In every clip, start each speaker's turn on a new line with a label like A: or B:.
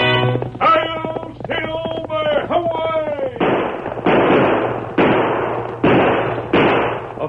A: Hail Silver, away! A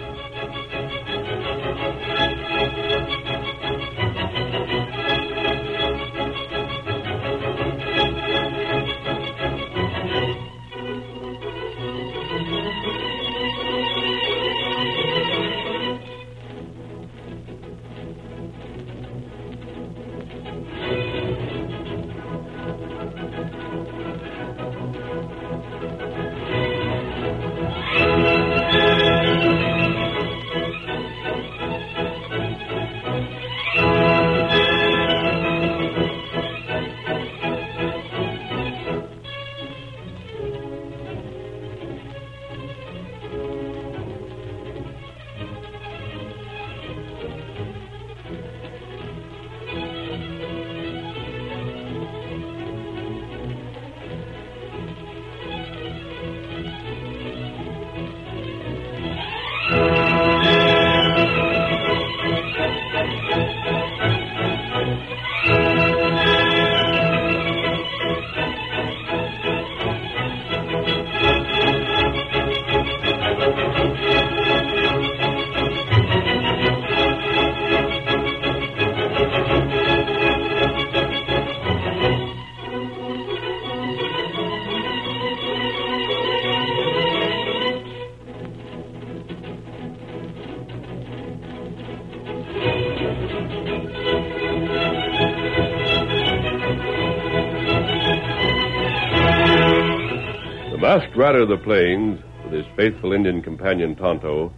A: The masked rider of the plains, with his faithful Indian companion Tonto,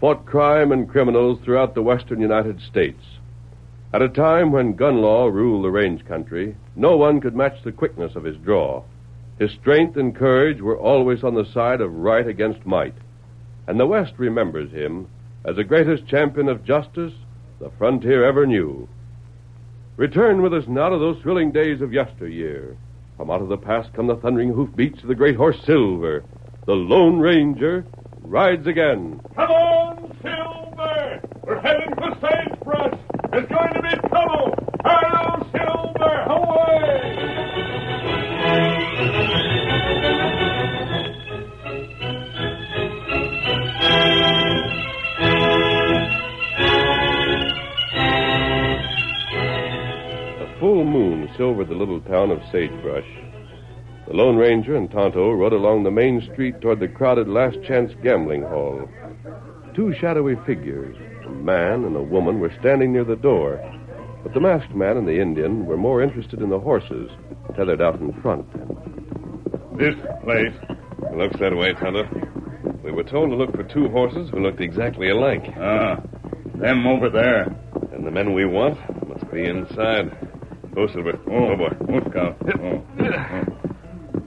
A: fought crime and criminals throughout the western United States. At a time when gun law ruled the range country, no one could match the quickness of his draw. His strength and courage were always on the side of right against might, and the West remembers him as the greatest champion of justice the frontier ever knew. Return with us now to those thrilling days of yesteryear. From out of the past come the thundering hoofbeats of the great horse Silver. The Lone Ranger rides again. Come on, Silver! We're heading for Sagebrush! There's going to be trouble! Hail, Silver! Away! A full moon silvered the little town of Sagebrush. The Lone Ranger and Tonto rode along the main street toward the crowded Last Chance gambling hall. Two shadowy figures, a man and a woman, were standing near the door. But the masked man and the Indian were more interested in the horses tethered out in front.
B: This place.
A: Looks that way, Tonto. We were told to look for two horses who looked exactly alike.
B: Ah, them over there.
A: And the men we want must be inside. Go, Silver.
B: Oh,
A: boy.
B: Look out. Oh.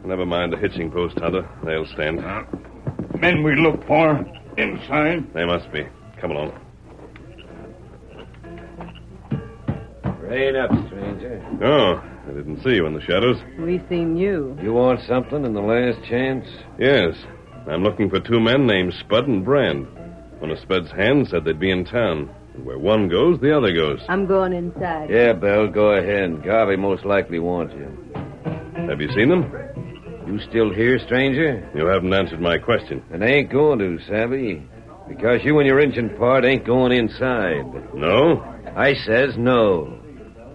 A: Never mind the hitching post, Tonto. They'll stand.
B: Ah, men we look for inside.
A: They must be. Come along.
C: Rain up, stranger.
A: Oh, I didn't see you in the shadows.
D: We seen you.
C: You want something in the last chance?
A: Yes. I'm looking for two men named Spud and Brand. One of Spud's hands said they'd be in town. And where one goes, the other goes.
D: I'm going inside.
C: Yeah, Bill, go ahead. Garvey most likely wants you.
A: Have you seen them?
C: You still here, stranger?
A: You haven't answered my question.
C: And I ain't going to, Savvy. Because you and your engine part ain't going inside.
A: No?
C: I says no.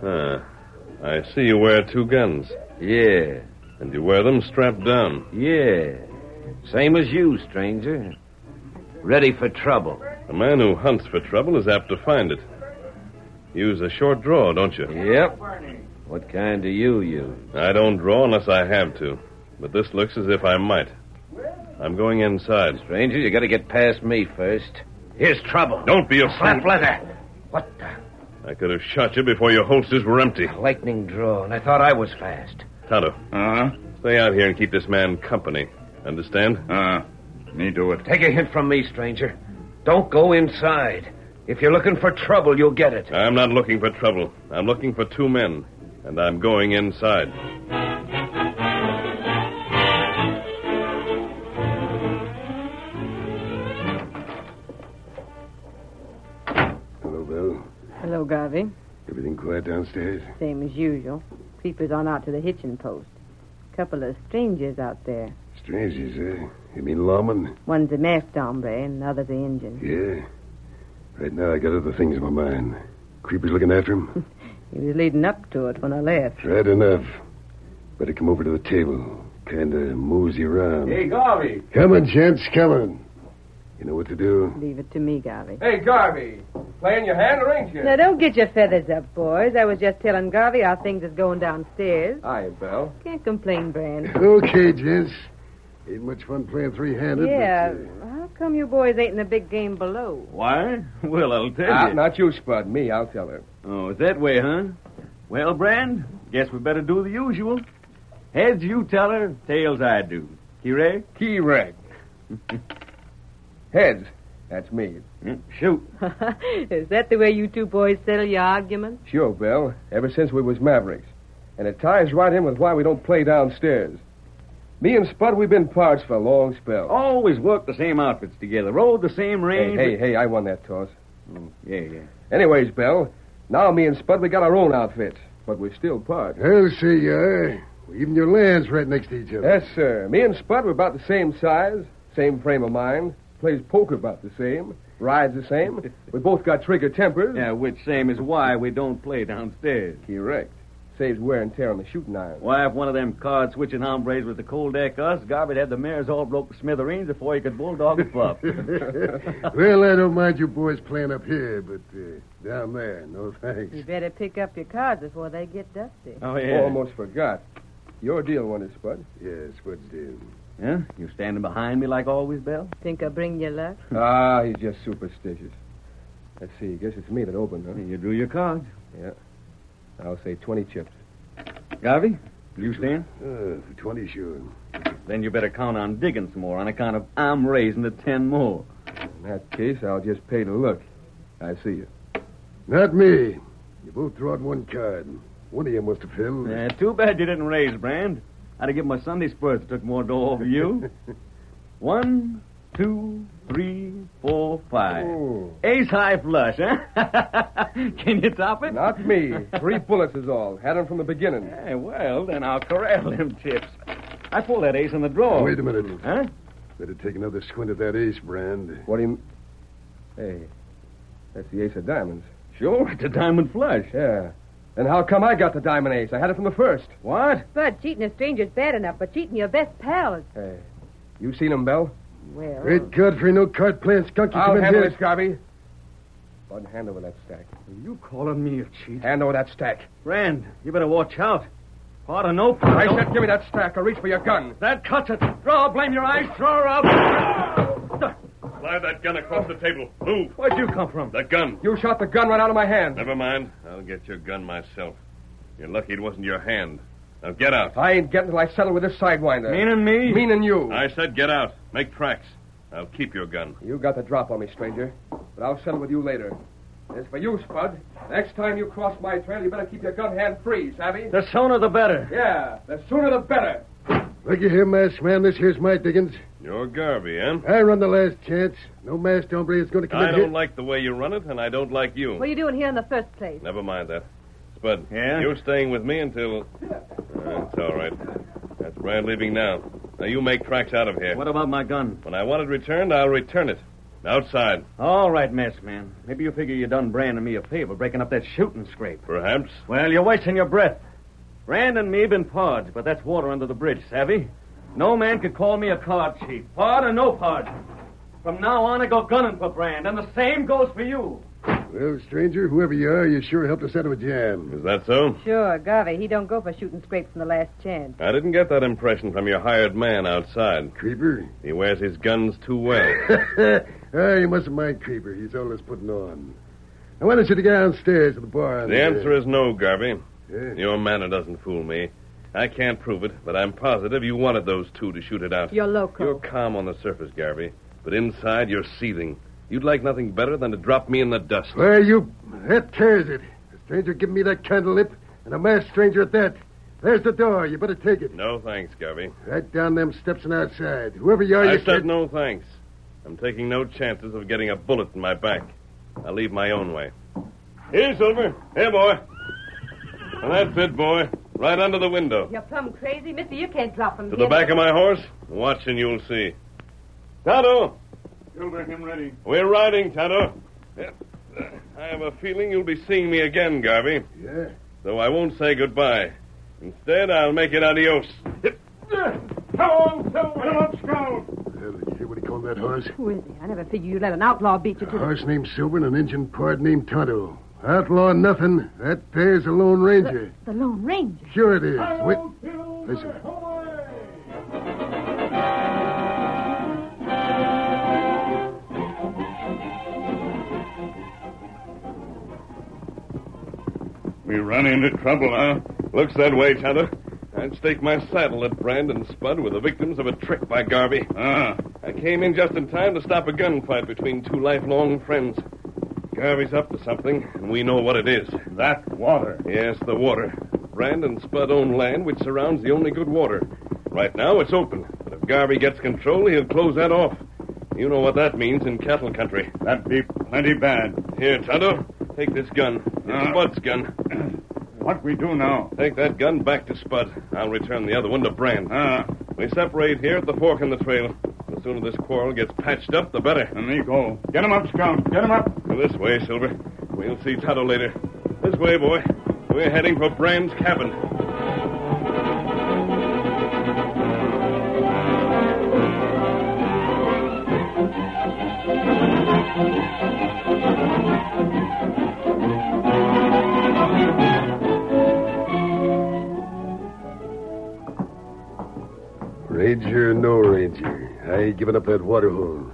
A: Ah. I see you wear two guns.
C: Yeah,
A: And you wear them strapped down.
C: yeah. Same as you, stranger. Ready for trouble.
A: A man who hunts for trouble is apt to find it. Use a short draw, don't you?
C: Yep. What kind do you use?
A: I don't draw unless I have to. But this looks as if I might. I'm going inside.
C: Stranger, you gotta get past me first. Here's trouble.
A: Don't be a fool.
C: Slap leather. What the?
A: I could have shot you before your holsters were empty.
C: Lightning draw, and I thought I was fast.
A: Tonto,
B: Huh?
A: Stay out here and keep this man company. Understand?
B: Uh, me do it.
E: Take a hint from me, stranger. Don't go inside. If you're looking for trouble, you'll get it.
A: I'm not looking for trouble. I'm looking for two men, and I'm going inside.
F: Hello, Bill.
D: Hello, Garvey.
F: Everything quiet downstairs?
D: Same as usual. Creepers on out to the hitching post. Couple of strangers out there.
F: Strange, you say. eh? You mean lawman?
D: One's a masked hombre and the other's the engine.
F: Yeah. Right now, I got other things in my mind. Creeper's looking after him?
D: He was leading up to it when I left.
F: Right enough. Better come over to the table. Kinda mosey around.
G: Hey, Garvey.
F: Come on, gents, come on. You know what to do?
D: Leave it to me, Garvey.
G: Hey, Garvey. Playing your hand or ain't you?
D: Now, don't get your feathers up, boys. I was just telling Garvey how things is going downstairs.
G: Hi, Bell.
D: Can't complain, Brand.
F: Okay, gents. Ain't much fun playing three-handed. but,
D: Yeah.
F: uh,
D: How come you boys ain't in the big game below?
C: Why? Well, I'll tell
G: Ah,
C: you.
G: not you, Spud. Me, I'll tell her.
C: Oh, it's that way, huh? Well, Brand, guess we better do the usual. Heads you tell her, tails I do. Kire?
G: Key rag. Heads. That's me.
C: Shoot.
D: is that the way you two boys settle your arguments?
G: Sure, Bell. Ever since we was Mavericks. And it ties right in with why we don't play downstairs. Me and Spud, we've been pards for a long spell.
C: Always work the same outfits together, rode the same
G: hey,
C: range.
G: hey, hey, I won that toss. Mm,
C: Yeah, yeah.
G: Anyways, Bell, now me and Spud, we got our own outfits. But we're still pards.
F: I'll say you are. uh, Even your land's right next to each other.
G: Yes, sir. Me and Spud were about the same size, same frame of mind, plays poker about the same, rides the same. We both got trigger tempers.
C: Yeah, which same is why we don't play downstairs.
G: Correct. Saves wear and tear on the shooting iron.
C: Why, if one of them card switching hombres was to cold deck us, Garvey'd have the mares all broke to smithereens before he could bulldog a pup.
F: well, I don't mind you boys playing up here, but uh, down there, no thanks.
D: You better pick up your cards before they get dusty.
C: oh, yeah.
G: Almost forgot. Your deal won it, Spud.
F: Yes, what's deal?
C: Huh? You standing behind me like always, Bell?
D: Think I'll bring you luck?
G: ah, he's just superstitious. Let's see. Guess it's me that opened, huh?
C: You drew your cards.
G: Uh-huh. I'll say 20 chips.
C: Garvey, you stand?
F: Uh, for 20 sure.
C: Then you better count on digging some more on account of I'm raising the ten more.
G: In that case, I'll just pay to look. I see you.
F: Not me. You both drawn one card. One of you must have filled.
C: Yeah, too bad you didn't raise, Brand. I'd have given my Sunday spurs took more dough off you. One, two, three, four, five.
G: Oh.
C: Ace high flush, huh? Can you top it?
G: Not me. Three bullets is all. Had 'em from the beginning.
C: Yeah, well, then I'll corral them chips. I pulled that ace in the drawer.
F: Wait a minute.
C: Huh?
F: Better take another squint at that ace, Brand.
G: What do you... m- Hey, that's the ace of diamonds.
C: Sure, it's a diamond flush.
G: Yeah. Then how come I got the diamond ace? I had it from the first.
C: What?
D: Bud, cheating a stranger's bad enough, but cheating your best pal is.
G: Hey, you seen him, Bell?
D: Well.
F: Great Godfrey, no card playing skunk you
G: I'll
F: come in
G: handle
F: here.
G: this, Garvey. Bud, hand over that stack.
C: You calling me a cheat?
G: Hand over that stack.
C: Brand, you better watch out. Part of no
G: I
C: part.
G: said, give me that stack. I'll reach for your gun.
C: That cuts it. Draw, blame your eyes, throw her out.
A: Slide that gun across the table. Move.
C: Where'd you come from?
A: That gun.
G: You shot the gun right out of my hand.
A: Never mind. I'll get your gun myself. You're lucky it wasn't your hand. Now get out.
G: I ain't getting till I settle with this sidewinder.
C: Meaning me?
G: Meaning you.
A: I said get out. Make tracks. I'll keep your gun.
G: You got the drop on me, stranger. But I'll settle with you later. As for you, Spud, next time you cross my trail, you better keep your gun hand free, savvy?
C: The sooner the better.
G: Yeah, the sooner the better.
F: Looky here, masked man. This here's my diggings.
A: You're Garvey, eh?
F: I run the last chance. No masked hombre is going to come
A: I
F: in here.
A: don't like the way you run it, and I don't like you.
D: What are you doing here in the first place?
A: Never mind that. Spud,
C: Yeah?
A: you're staying with me until. That's all right. That's Brad leaving now. Now you make tracks out of here.
C: What about my gun?
A: When I want it returned, I'll return it. Outside,
C: All right, mess man. Maybe you figure you done Brand and me a favor breaking up that shooting scrape.
A: perhaps.
C: Well, you're wasting your breath. Brand and me been pards, but that's water under the bridge, savvy? No man could call me a card chief. Pard or no pard. From now on, I go gunning for Brand, and the same goes for you.
F: Well, stranger, whoever you are, you sure helped us out of a jam.
A: Is that so?
D: Sure, Garvey, he don't go for shooting scrapes in the last chance.
A: I didn't get that impression from your hired man outside.
F: Creeper?
A: He wears his guns too well.
F: ah, you mustn't mind Creeper. He's always putting on. I wanted you to get downstairs to the bar.
A: The answer is no, Garvey.
F: Yeah.
A: Your manner doesn't fool me. I can't prove it, but I'm positive you wanted those two to shoot it out.
D: You're loco.
A: You're calm on the surface, Garvey, but inside you're seething. You'd like nothing better than to drop me in the dust.
F: Well, you. That tears it. A stranger giving me that candle lip, and a masked stranger at that. There's the door. You better take it.
A: No thanks, Garvey.
F: Right down them steps and outside. Whoever you are,
A: I
F: you
A: said
F: can't-
A: no thanks. I'm taking no chances of getting a bullet in my back. I'll leave my own way. Here, Silver. Here, boy. Well, that's it, boy. Right under the window.
D: You're plumb crazy, mister. You can't drop him.
A: To the back of my horse. Watch and you'll see. Tonto,
B: Silver, him ready.
A: we're riding, Tonto. Yeah. I have a feeling you'll be seeing me again, Garvey.
F: Yeah.
A: Though I won't say goodbye. Instead, I'll make it adios.
B: Come on, Silver. Come on, Scout.
F: Well, you hear what he called that horse?
D: Who is he? I never figured you'd let an outlaw beat you
F: A
D: to the...
F: horse named Silver and an engine part named Tonto. Outlaw nothing. That there's a Lone Ranger.
D: The Lone Ranger.
F: Sure it is. Wait. Listen.
B: We run into trouble, huh?
A: Looks that way, Tonto. I'd stake my saddle that Brand and Spud were the victims of a trick by Garvey.
B: Ah,
A: I came in just in time to stop a gunfight between two lifelong friends. Garvey's up to something, and we know what it is.
B: that water.
A: Yes, the water. Brand and Spud own land which surrounds the only good water. Right now, it's open, but if Garvey gets control, he'll close that off. You know what that means in cattle country.
B: That'd be plenty bad.
A: Here, Tonto, take this gun. It's
B: Uh.
A: Spud's gun.
B: What we do now?
A: Take that gun back to Spud. I'll return the other one to Brand.
B: Ah,
A: We separate here at the fork in the trail. The sooner this quarrel gets patched up, the better.
B: and they go. Get him up, Scout. Get him up.
A: Well, This way, Silver. We'll see Tonto later. This way, boy. We're heading for Brand's cabin.
F: Ranger, no ranger. I ain't giving up that water hole.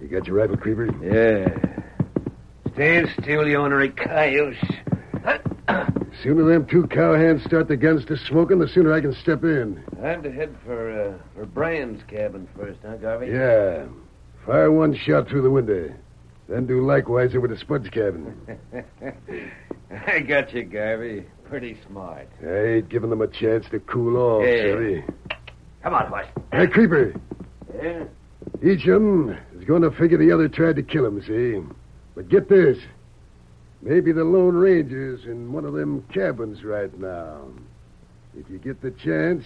F: You got your rifle, Creeper?
E: Yeah. Stand still, you ornery coyotes.
F: Sooner them two cowhands start the guns to smoking, the sooner I can step in.
E: Time to head for uh, for Brian's cabin first, huh, Garvey?
F: Yeah. Fire one shot through the window. Then do likewise over to Spud's cabin.
E: I got you, Garvey. Pretty smart.
F: I ain't giving them a chance to cool off,
E: Yeah.
F: Silly.
E: Come on, horse.
F: Hey, Creeper,
E: Yeah.
F: each of 'em is going to figure the other tried to kill him, see? But get this. Maybe the Lone Ranger's in one of them cabins right now. If you get the chance,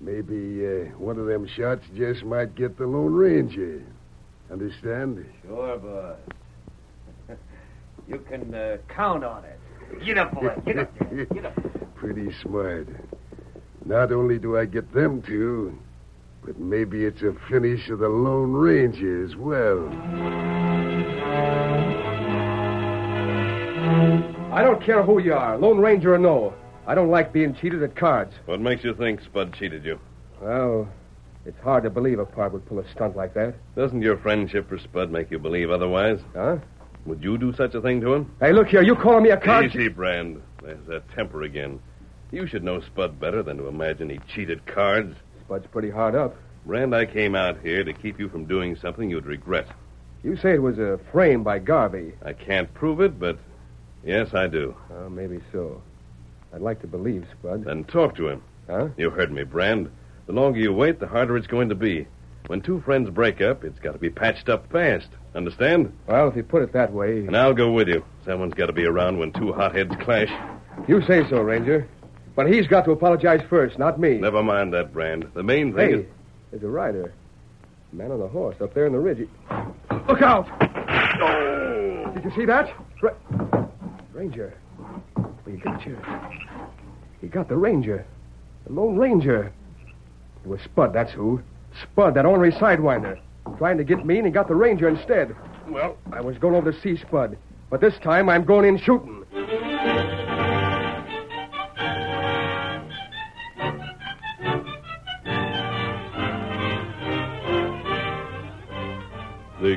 F: maybe uh, one of them shots just might get the Lone Ranger. Understand?
E: Sure, boss. you can uh, count on it. Get up, boy. Get up there. Get up.
F: Pretty smart. Not only do I get them two, but maybe it's a finish of the Lone Ranger as well.
G: I don't care who you are, Lone Ranger or no. I don't like being cheated at cards.
A: What makes you think Spud cheated you?
G: Well, it's hard to believe a part would pull a stunt like that.
A: Doesn't your friendship for Spud make you believe otherwise?
G: Huh?
A: Would you do such a thing to him?
G: Hey, look here, you calling me a card?
A: Easy, Brand. There's that temper again. You should know Spud better than to imagine he cheated cards.
G: Spud's pretty hard up.
A: Brand, I came out here to keep you from doing something you'd regret.
G: You say it was a frame by Garvey.
A: I can't prove it, but yes, I do.
G: Uh, maybe so. I'd like to believe, Spud.
A: Then talk to him.
G: Huh?
A: You heard me, Brand. The longer you wait, the harder it's going to be. When two friends break up, it's got to be patched up fast. Understand?
G: Well, if you put it that way.
A: And I'll go with you. Someone's got to be around when two hotheads clash.
G: You say so, Ranger. But he's got to apologize first, not me.
A: Never mind that, Brand. The main thing
G: Hey,
A: is.
G: there's a rider. Man on a horse up there in the ridge. Look out! Did you see that? Ra- Ranger. We got you. He got the Ranger. The Lone Ranger. It was Spud, that's who. Spud, that ornery sidewinder. Trying to get me, and he got the Ranger instead. Well, I was going over to see Spud. But this time I'm going in shooting.
A: The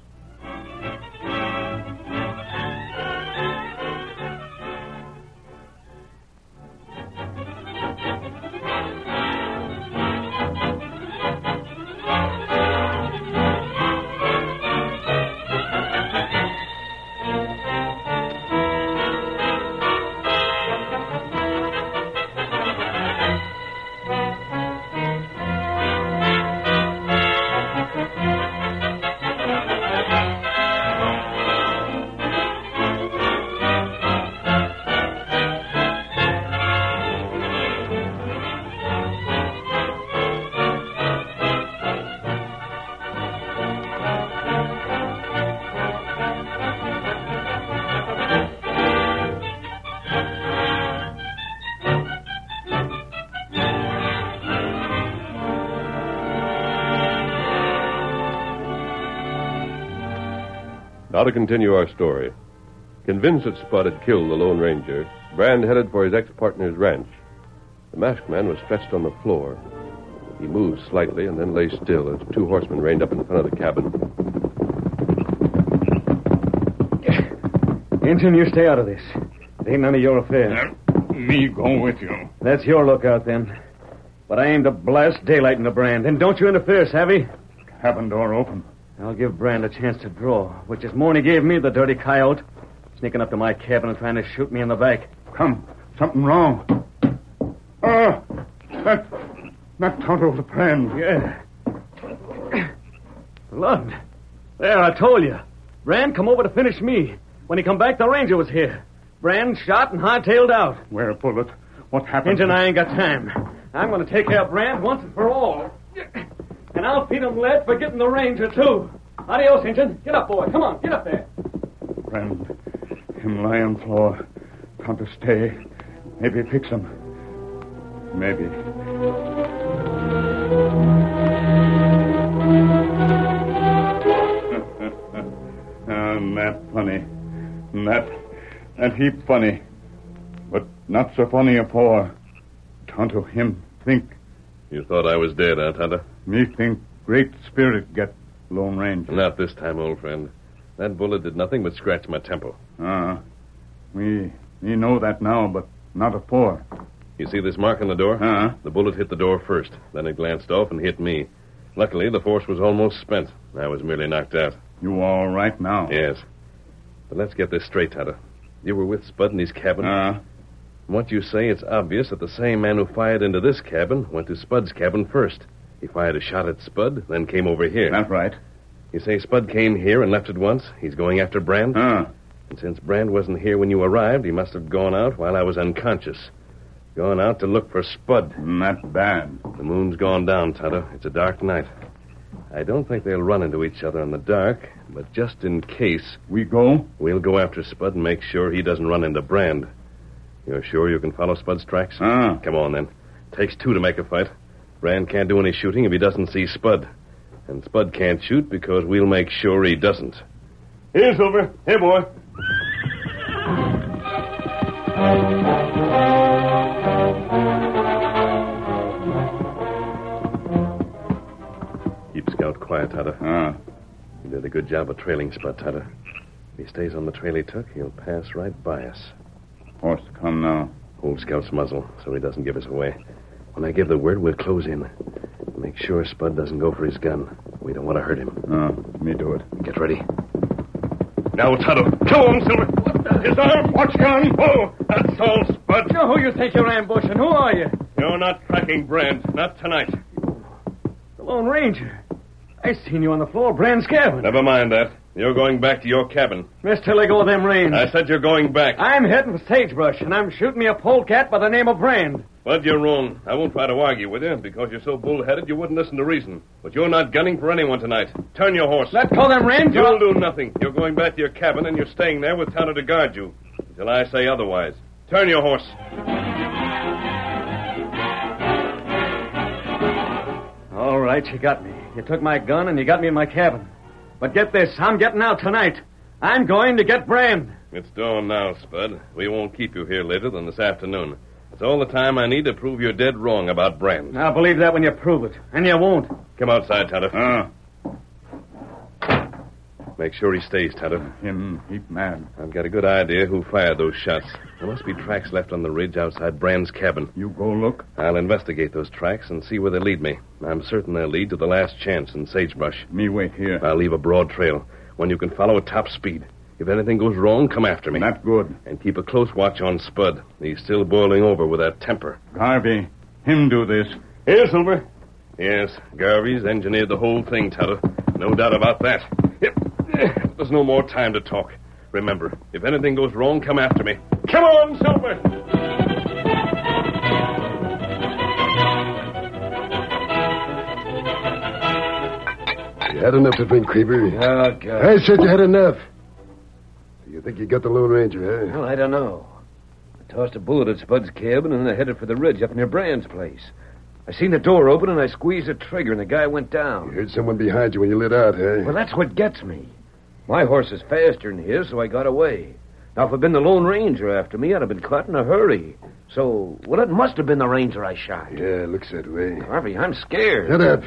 A: Now to continue our story. Convinced that Spud had killed the Lone Ranger, Brand headed for his ex partner's ranch. The masked man was stretched on the floor. He moved slightly and then lay still as two horsemen reined up in front of the cabin.
C: Injun, you stay out of this. It ain't none of your affair.
B: Me go with you.
C: That's your lookout, then. But I aim to blast daylight into Brand, and don't you interfere, savvy?
B: Cabin door open.
C: I'll give Brand a chance to draw, which is more than he gave me, the dirty coyote. Sneaking up to my cabin and trying to shoot me in the back.
B: Come. Something wrong. Ah! that, that Tonto the plan.
C: Yeah. Blood. There, I told you. Brand come over to finish me. When he come back, the ranger was here. Brand shot and hightailed out.
B: Where a bullet? What happened?
C: Injun, I ain't got time. I'm going to take care of Brand once and for all. And I'll feed him lead for getting the ranger, too. Adios, Injun. Get up, boy. Come on, get up there.
B: Friend, him lie on floor. Come to stay. Maybe fix him. Maybe. and that Ah, funny. And that, that heap funny. But not so funny afore. Tonto him think,
A: You thought I was dead, huh, Tonto?
B: me think Great Spirit get Lone Ranger.
A: Not this time, old friend. That bullet did nothing but scratch my temple.
B: Ah, we, we know that now, but not Uh, afore.
A: You see this mark on the door?
B: Huh?
A: The bullet hit the door first, then it glanced off and hit me. Luckily, the force was almost spent. I was merely knocked out.
B: You all right now?
A: Yes. But let's get this straight, Tonto. You were with Spud in his cabin.
B: Ah,
A: From what you say, it's obvious that the same man who fired into this cabin went to Spud's cabin first. He fired a shot at Spud, then came over here.
B: that's right.
A: You say Spud came here and left at once? He's going after Brand?
B: Ah,
A: And since Brand wasn't here when you arrived, he must have gone out while I was unconscious. Gone out to look for Spud.
B: not bad.
A: The moon's gone down, Tonto. It's a dark night. I don't think they'll run into each other in the dark, but just in case,
B: We go?
A: we'll go after Spud and make sure he doesn't run into Brand. You're sure you can follow Spud's tracks?
B: Ah,
A: Come on, then. Takes two to make a fight. Brand can't do any shooting if he doesn't see Spud. And Spud can't shoot because we'll make sure he doesn't.
B: Here, Silver. Here, boy.
A: Keep Scout quiet, Tonto.
B: Ah,
A: He did a good job of trailing Spud, Tonto. If he stays on the trail he took, he'll pass right by us.
B: horse come now.
A: Hold Scout's muzzle so he doesn't give us away. When I give the word, we'll close in. Make sure Spud doesn't go for his gun. We don't want to hurt him.
B: Ah, me do it.
A: Get ready. Now, Tonto. Come on, Silver. His arm. Watch gun. Oh, that's all, Spud.
C: You know who you think you're ambushing. Who are you?
A: You're not tracking Brand. Not tonight.
C: The Lone Ranger. I seen you on the floor, Brand's cabin.
A: Never mind that. You're going back to your cabin.
C: Miss till they go of them reins.
A: I said you're going back.
C: I'm heading for Sagebrush, and I'm shooting me a polecat by the name of Brand.
A: Bud, you're wrong. I won't try to argue with you because you're so bullheaded you wouldn't listen to reason. But you're not gunning for anyone tonight. Turn your horse.
C: Let go them reins.
A: You'll do nothing. You're going back to your cabin and you're staying there with Tonto to guard you until I say otherwise. Turn your horse.
C: All right, you got me. You took my gun and you got me in my cabin. But get this, I'm getting out tonight. I'm going to get Brand.
A: It's dawn now, Spud. We won't keep you here later than this afternoon. It's all the time I need to prove you're dead wrong about Brand.
C: Now believe that when you prove it, and you won't.
A: Come outside, Tonto.
B: Ah,
A: Make sure he stays, Tonto.
B: him heap mad.
A: I've got a good idea who fired those shots. There must be tracks left on the ridge outside Brand's cabin.
B: You go look.
A: I'll investigate those tracks and see where they lead me. I'm certain they'll lead to the last chance in sagebrush.
B: Me wait here.
A: I'll leave a broad trail, one you can follow at top speed. If anything goes wrong, come after me.
B: Not good.
A: And keep a close watch on Spud. He's still boiling over with that temper.
B: Harvey, him do this. Here, Silver.
A: Yes, Garvey's engineered the whole thing, Tonto. No doubt about that. Yep. There's no more time to talk. Remember, if anything goes wrong, come after me. Come on, Silver!
F: You had enough to drink, Creeper.
G: Oh, God.
F: I said you had enough. So you think you got the Lone Ranger, huh?
G: Well, I don't know. I tossed a bullet at Spud's cabin and then I headed for the ridge up near Brand's place. I seen the door open and I squeezed the trigger and the guy went
F: You
G: down.
F: heard someone behind you when you lit out, huh?
G: Well, that's what gets me.
H: My horse is faster than his, so I got away. Now, if it'd been the Lone Ranger after me, I'd have been caught in a hurry. So, well, it must have been the Ranger I shot.
F: Yeah, looks that way.
H: Harvey, I'm scared.
F: Shut up.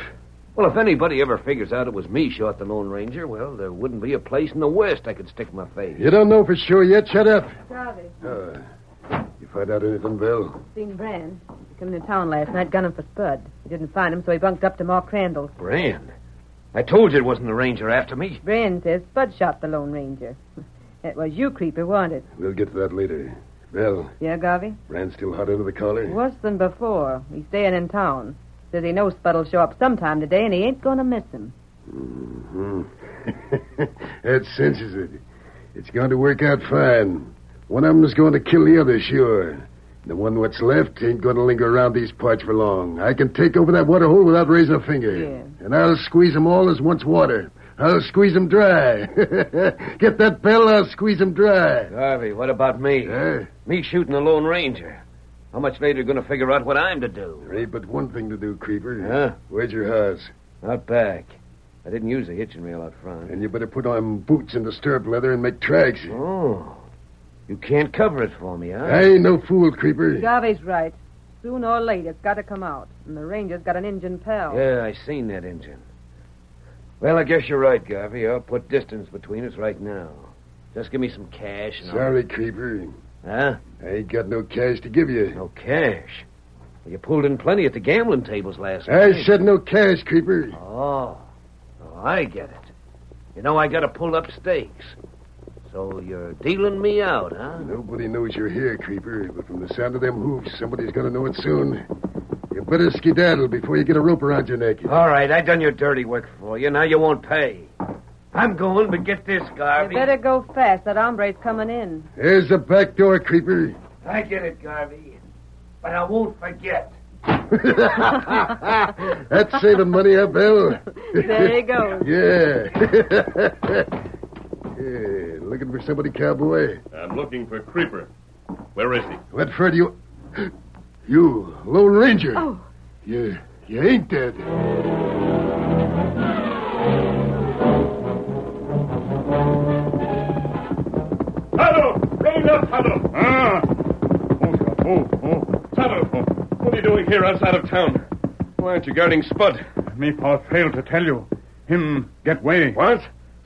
H: Well, if anybody ever figures out it was me shot the Lone Ranger, well, there wouldn't be a place in the West I could stick my face.
F: You don't know for sure yet. Shut up.
D: Charlie,
F: Uh, you find out anything, Bill?
D: seen Brand. He come to town last night gunning for Spud. He didn't find him, so he bunked up to Ma Crandall.
H: Brand. I told you it wasn't the Ranger after me.
D: Brand says Spud shot the Lone Ranger. It was you, Creeper, wasn't it?
F: We'll get to that later. Bill,
D: Yeah, Garvey?
F: ran still hot under the collar?
D: Worse than before. He's staying in town. Says he knows Spud'll show up sometime today, and he ain't gonna miss him.
F: hmm that senses it. It's going to work out fine. One of 'em's going to kill the other, sure. The one what's left ain't going to linger around these parts for long. I can take over that water hole without raising a finger.
D: Yeah.
F: And I'll squeeze 'em all as once water. I'll squeeze 'em dry. Get that bell, I'll squeeze 'em dry.
H: Harvey, what about me?
F: Huh?
H: Me shooting the Lone Ranger. How much later you going to figure out what I'm to do?
F: There ain't but one thing to do, Creeper.
H: Huh?
F: Where's your house?
H: Out back. I didn't use the hitching reel out front.
F: And you better put on boots and the stirrup leather and make tracks.
H: Oh. You can't cover it for me, huh?
F: I ain't no fool, Creeper.
D: Garvey's right. Soon or late, it's gotta come out. And the Ranger's got an Injun pal.
H: Yeah, I seen that engine. Well, I guess you're right, Garvey. I'll put distance between us right now. Just give me some cash and
F: Sorry, Creeper.
H: I'll... Huh?
F: I ain't got no cash to give you.
H: No cash. Well, you pulled in plenty at the gambling tables last night.
F: I said no cash, Creeper.
H: Oh. oh, I get it. You know, I got to pull up stakes. So you're dealing me out, huh?
F: Nobody knows you're here, Creeper, but from the sound of them hooves, somebody's gonna know it soon. You better skedaddle before you get a rope around your neck.
H: All right, I done your dirty work for you. Now you won't pay. I'm going, but get this,
D: You
H: Garvey.
D: better go fast. That hombre's coming in.
F: There's the back door, Creeper.
H: I get it, Garvey. But I won't forget.
F: That's saving money, huh, Bill?
D: There he goes.
F: Yeah. yeah. Looking for somebody, cowboy?
A: I'm looking for Creeper. Where is he?
F: What for do you... You, Lone Ranger.
D: Oh.
F: You, you ain't dead.
A: Tonto! Rein up, Tonto!
B: Ah! Oh, oh, oh.
A: Tonto! What are you doing here outside of town? Why aren't you guarding Spud?
B: Me paw failed to tell you. Him get way.
A: What?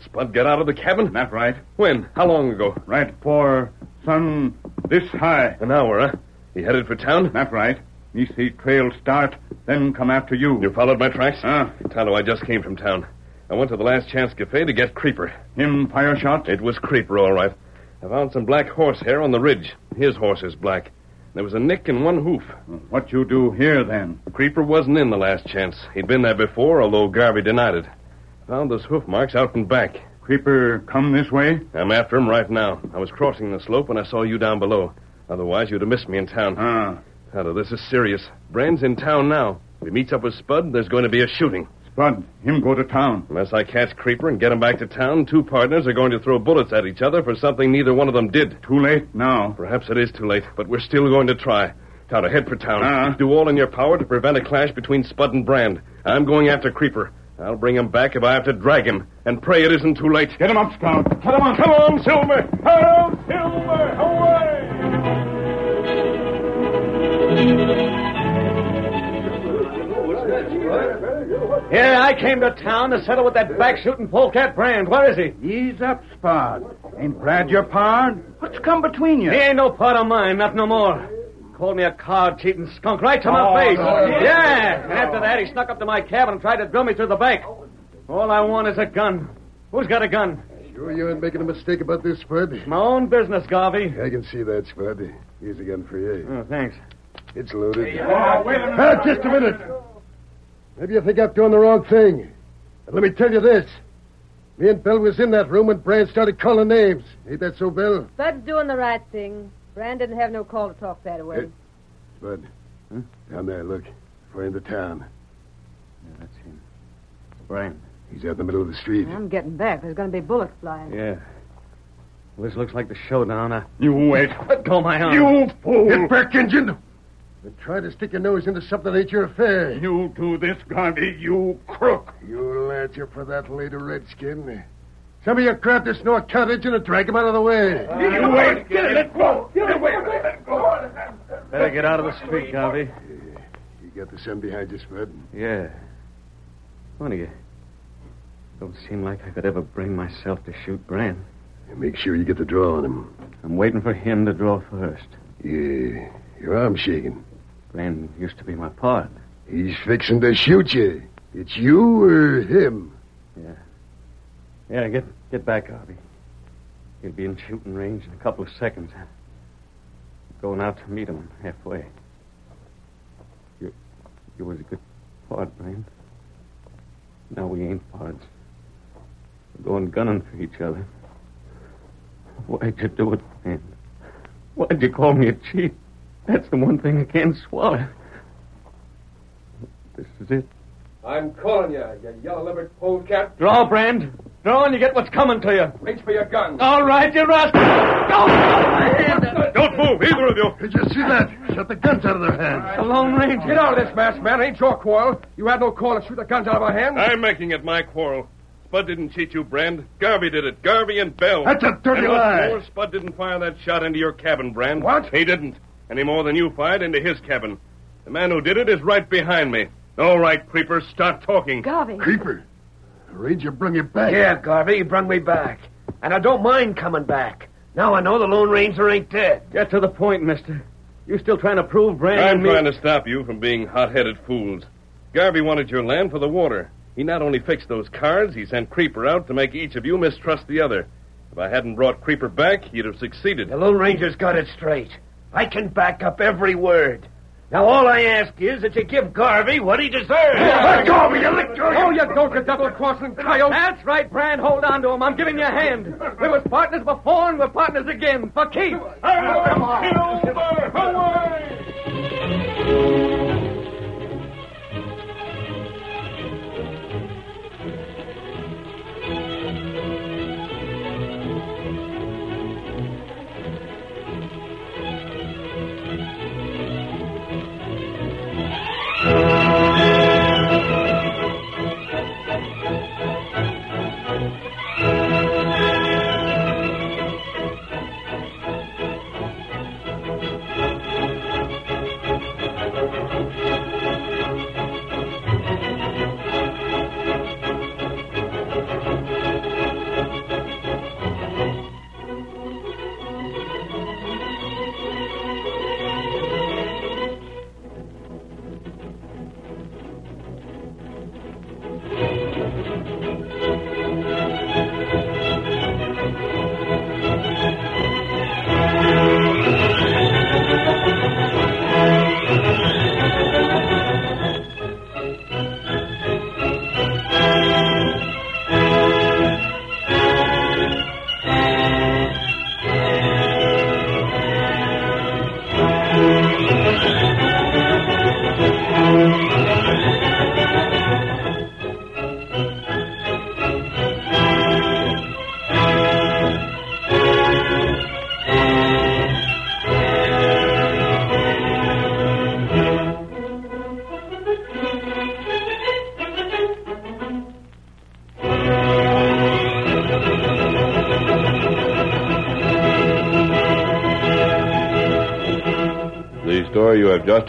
A: Spud got out of the cabin?
B: That right.
A: When? How long ago?
B: Right for sun this high.
A: An hour, huh? He headed for town?
B: That right. Me see trail start, then come after you.
A: You followed my tracks?
B: Ah,
A: Tonto, I just came from town. I went to the last chance cafe to get Creeper.
B: him fire shot.
A: It was Creeper, all right. I found some black horse hair on the ridge. His horse is black. There was a nick in one hoof.
B: What you do here then?
A: Creeper wasn't in the last chance. He'd been there before, although Garvey denied it. Found those hoof marks out and back.
B: Creeper come this way?
A: I'm after him right now. I was crossing the slope when I saw you down below. Otherwise, you'd have missed me in town.
B: Ah,
A: Tonto, this is serious. Brand's in town now. If he meets up with Spud, there's going to be a shooting.
B: Spud, him go to town.
A: Unless I catch Creeper and get him back to town, two partners are going to throw bullets at each other for something neither one of them did.
B: Too late now.
A: Perhaps it is too late, but we're still going to try. Tonto, head for town.
B: Uh-huh.
A: Do all in your power to prevent a clash between Spud and Brand. I'm going after Creeper. I'll bring him back if I have to drag him, and pray it isn't too late.
B: Get him up, Scout. Get him up.
A: Come on, Silver! Harold Silver! Away!
C: Yeah, I came to town to settle with that back shooting polecat brand. Where is he?
B: Ease up, Spud. Ain't Brad your pard? What's come between you?
C: He ain't no part of mine, not no more. Called me a card cheating skunk right to my face. yeah. and After that, he snuck up to my cabin and tried to drill me through the back. All I want is a gun. Who's got a gun?
F: Sure you ain't making a mistake about this, Spud?
C: My own business, Garvey.
F: I can see that, Spud. Here's a gun for you.
C: Oh, thanks.
F: It's loaded.
B: wait a minute.
F: Ah, just a minute. Maybe you think I'm doing the wrong thing. But let me tell you this. Me and Bill was in that room when Brand started calling names. Ain't that so, Bill?
D: Bud's doing the right thing. Brand didn't have no call to talk that way.
F: Hey. Bud. Down there, look. We're into town.
B: That's him. Brand.
F: He's out in the middle of the street.
D: I'm getting back. There's going to be bullets flying.
C: Yeah. This looks like the showdown. I...
B: You wait.
C: Let go of my arm.
B: You fool.
F: Get back, Injun! Been trying to stick your nose into something that ain't your affair.
B: You do this, Gandhi, you crook.
F: You'll answer for that later, Redskin. Some of you crap this North Cottage and drag him out of the way.
I: You wait. Get it. Let go. Get it. Wait.
J: Better get out of the street, Garvey.
F: You got the sun behind you, Spud.
J: Yeah. Funny, it don't seem like I could ever bring myself to shoot Grant.
F: Make sure you get the draw on him.
J: I'm waiting for him to draw first.
F: Yeah, your arm's shaking.
J: Grant used to be my pard.
F: He's fixing to shoot you. It's you or him.
J: Yeah. Yeah, get get back, Harvey. He'll be in shooting range in a couple of seconds. Going out to meet him halfway. You you was a good pard, Grant. Now we ain't pards. We're going gunning for each other. Why'd you do it, man? Why'd you call me a cheat? That's the one thing I can't swallow. This is it.
K: I'm calling you, you yellow-livered polecat.
J: Draw, Brand. Draw and you get what's coming to you.
K: Reach for your gun.
J: All right, you rascal.
A: Don't move, either of you.
F: Did you see that? Shut the guns out of their hands.
J: The Lone Ranger.
K: Get out of this masked man. It ain't your quarrel. You had no call to shoot the guns out of our hands.
A: I'm making it my quarrel. Spud didn't cheat you, Brand. Garvey did it. Garvey and Bell.
F: That's a dirty
A: and what's
F: lie.
A: More, Spud didn't fire that shot into your cabin, Brand.
K: What?
A: He didn't. Any more than you fired into his cabin. The man who did it is right behind me. All right, Creeper, stop talking.
D: Garvey.
F: Creeper. The ranger brung you back.
C: Yeah, Garvey, you brung me back. And I don't mind coming back. Now I know the Lone Ranger ain't dead.
J: Get to the point, mister. You still trying to prove Brand
A: I'm
J: and me...
A: trying to stop you from being hot-headed fools. Garvey wanted your land for the water. He not only fixed those cards, he sent Creeper out to make each of you mistrust the other. If I hadn't brought Creeper back, he'd have succeeded.
C: The Lone Ranger's got it straight. I can back up every word. Now all I ask is that you give Garvey what he deserves.
F: Let go of me, you let go.
K: Oh, you dope, double-crossing coyote.
J: That's right, Brand. Hold on to him. I'm giving you a hand. We was partners before and we're partners again. For keeps.
A: The story you have just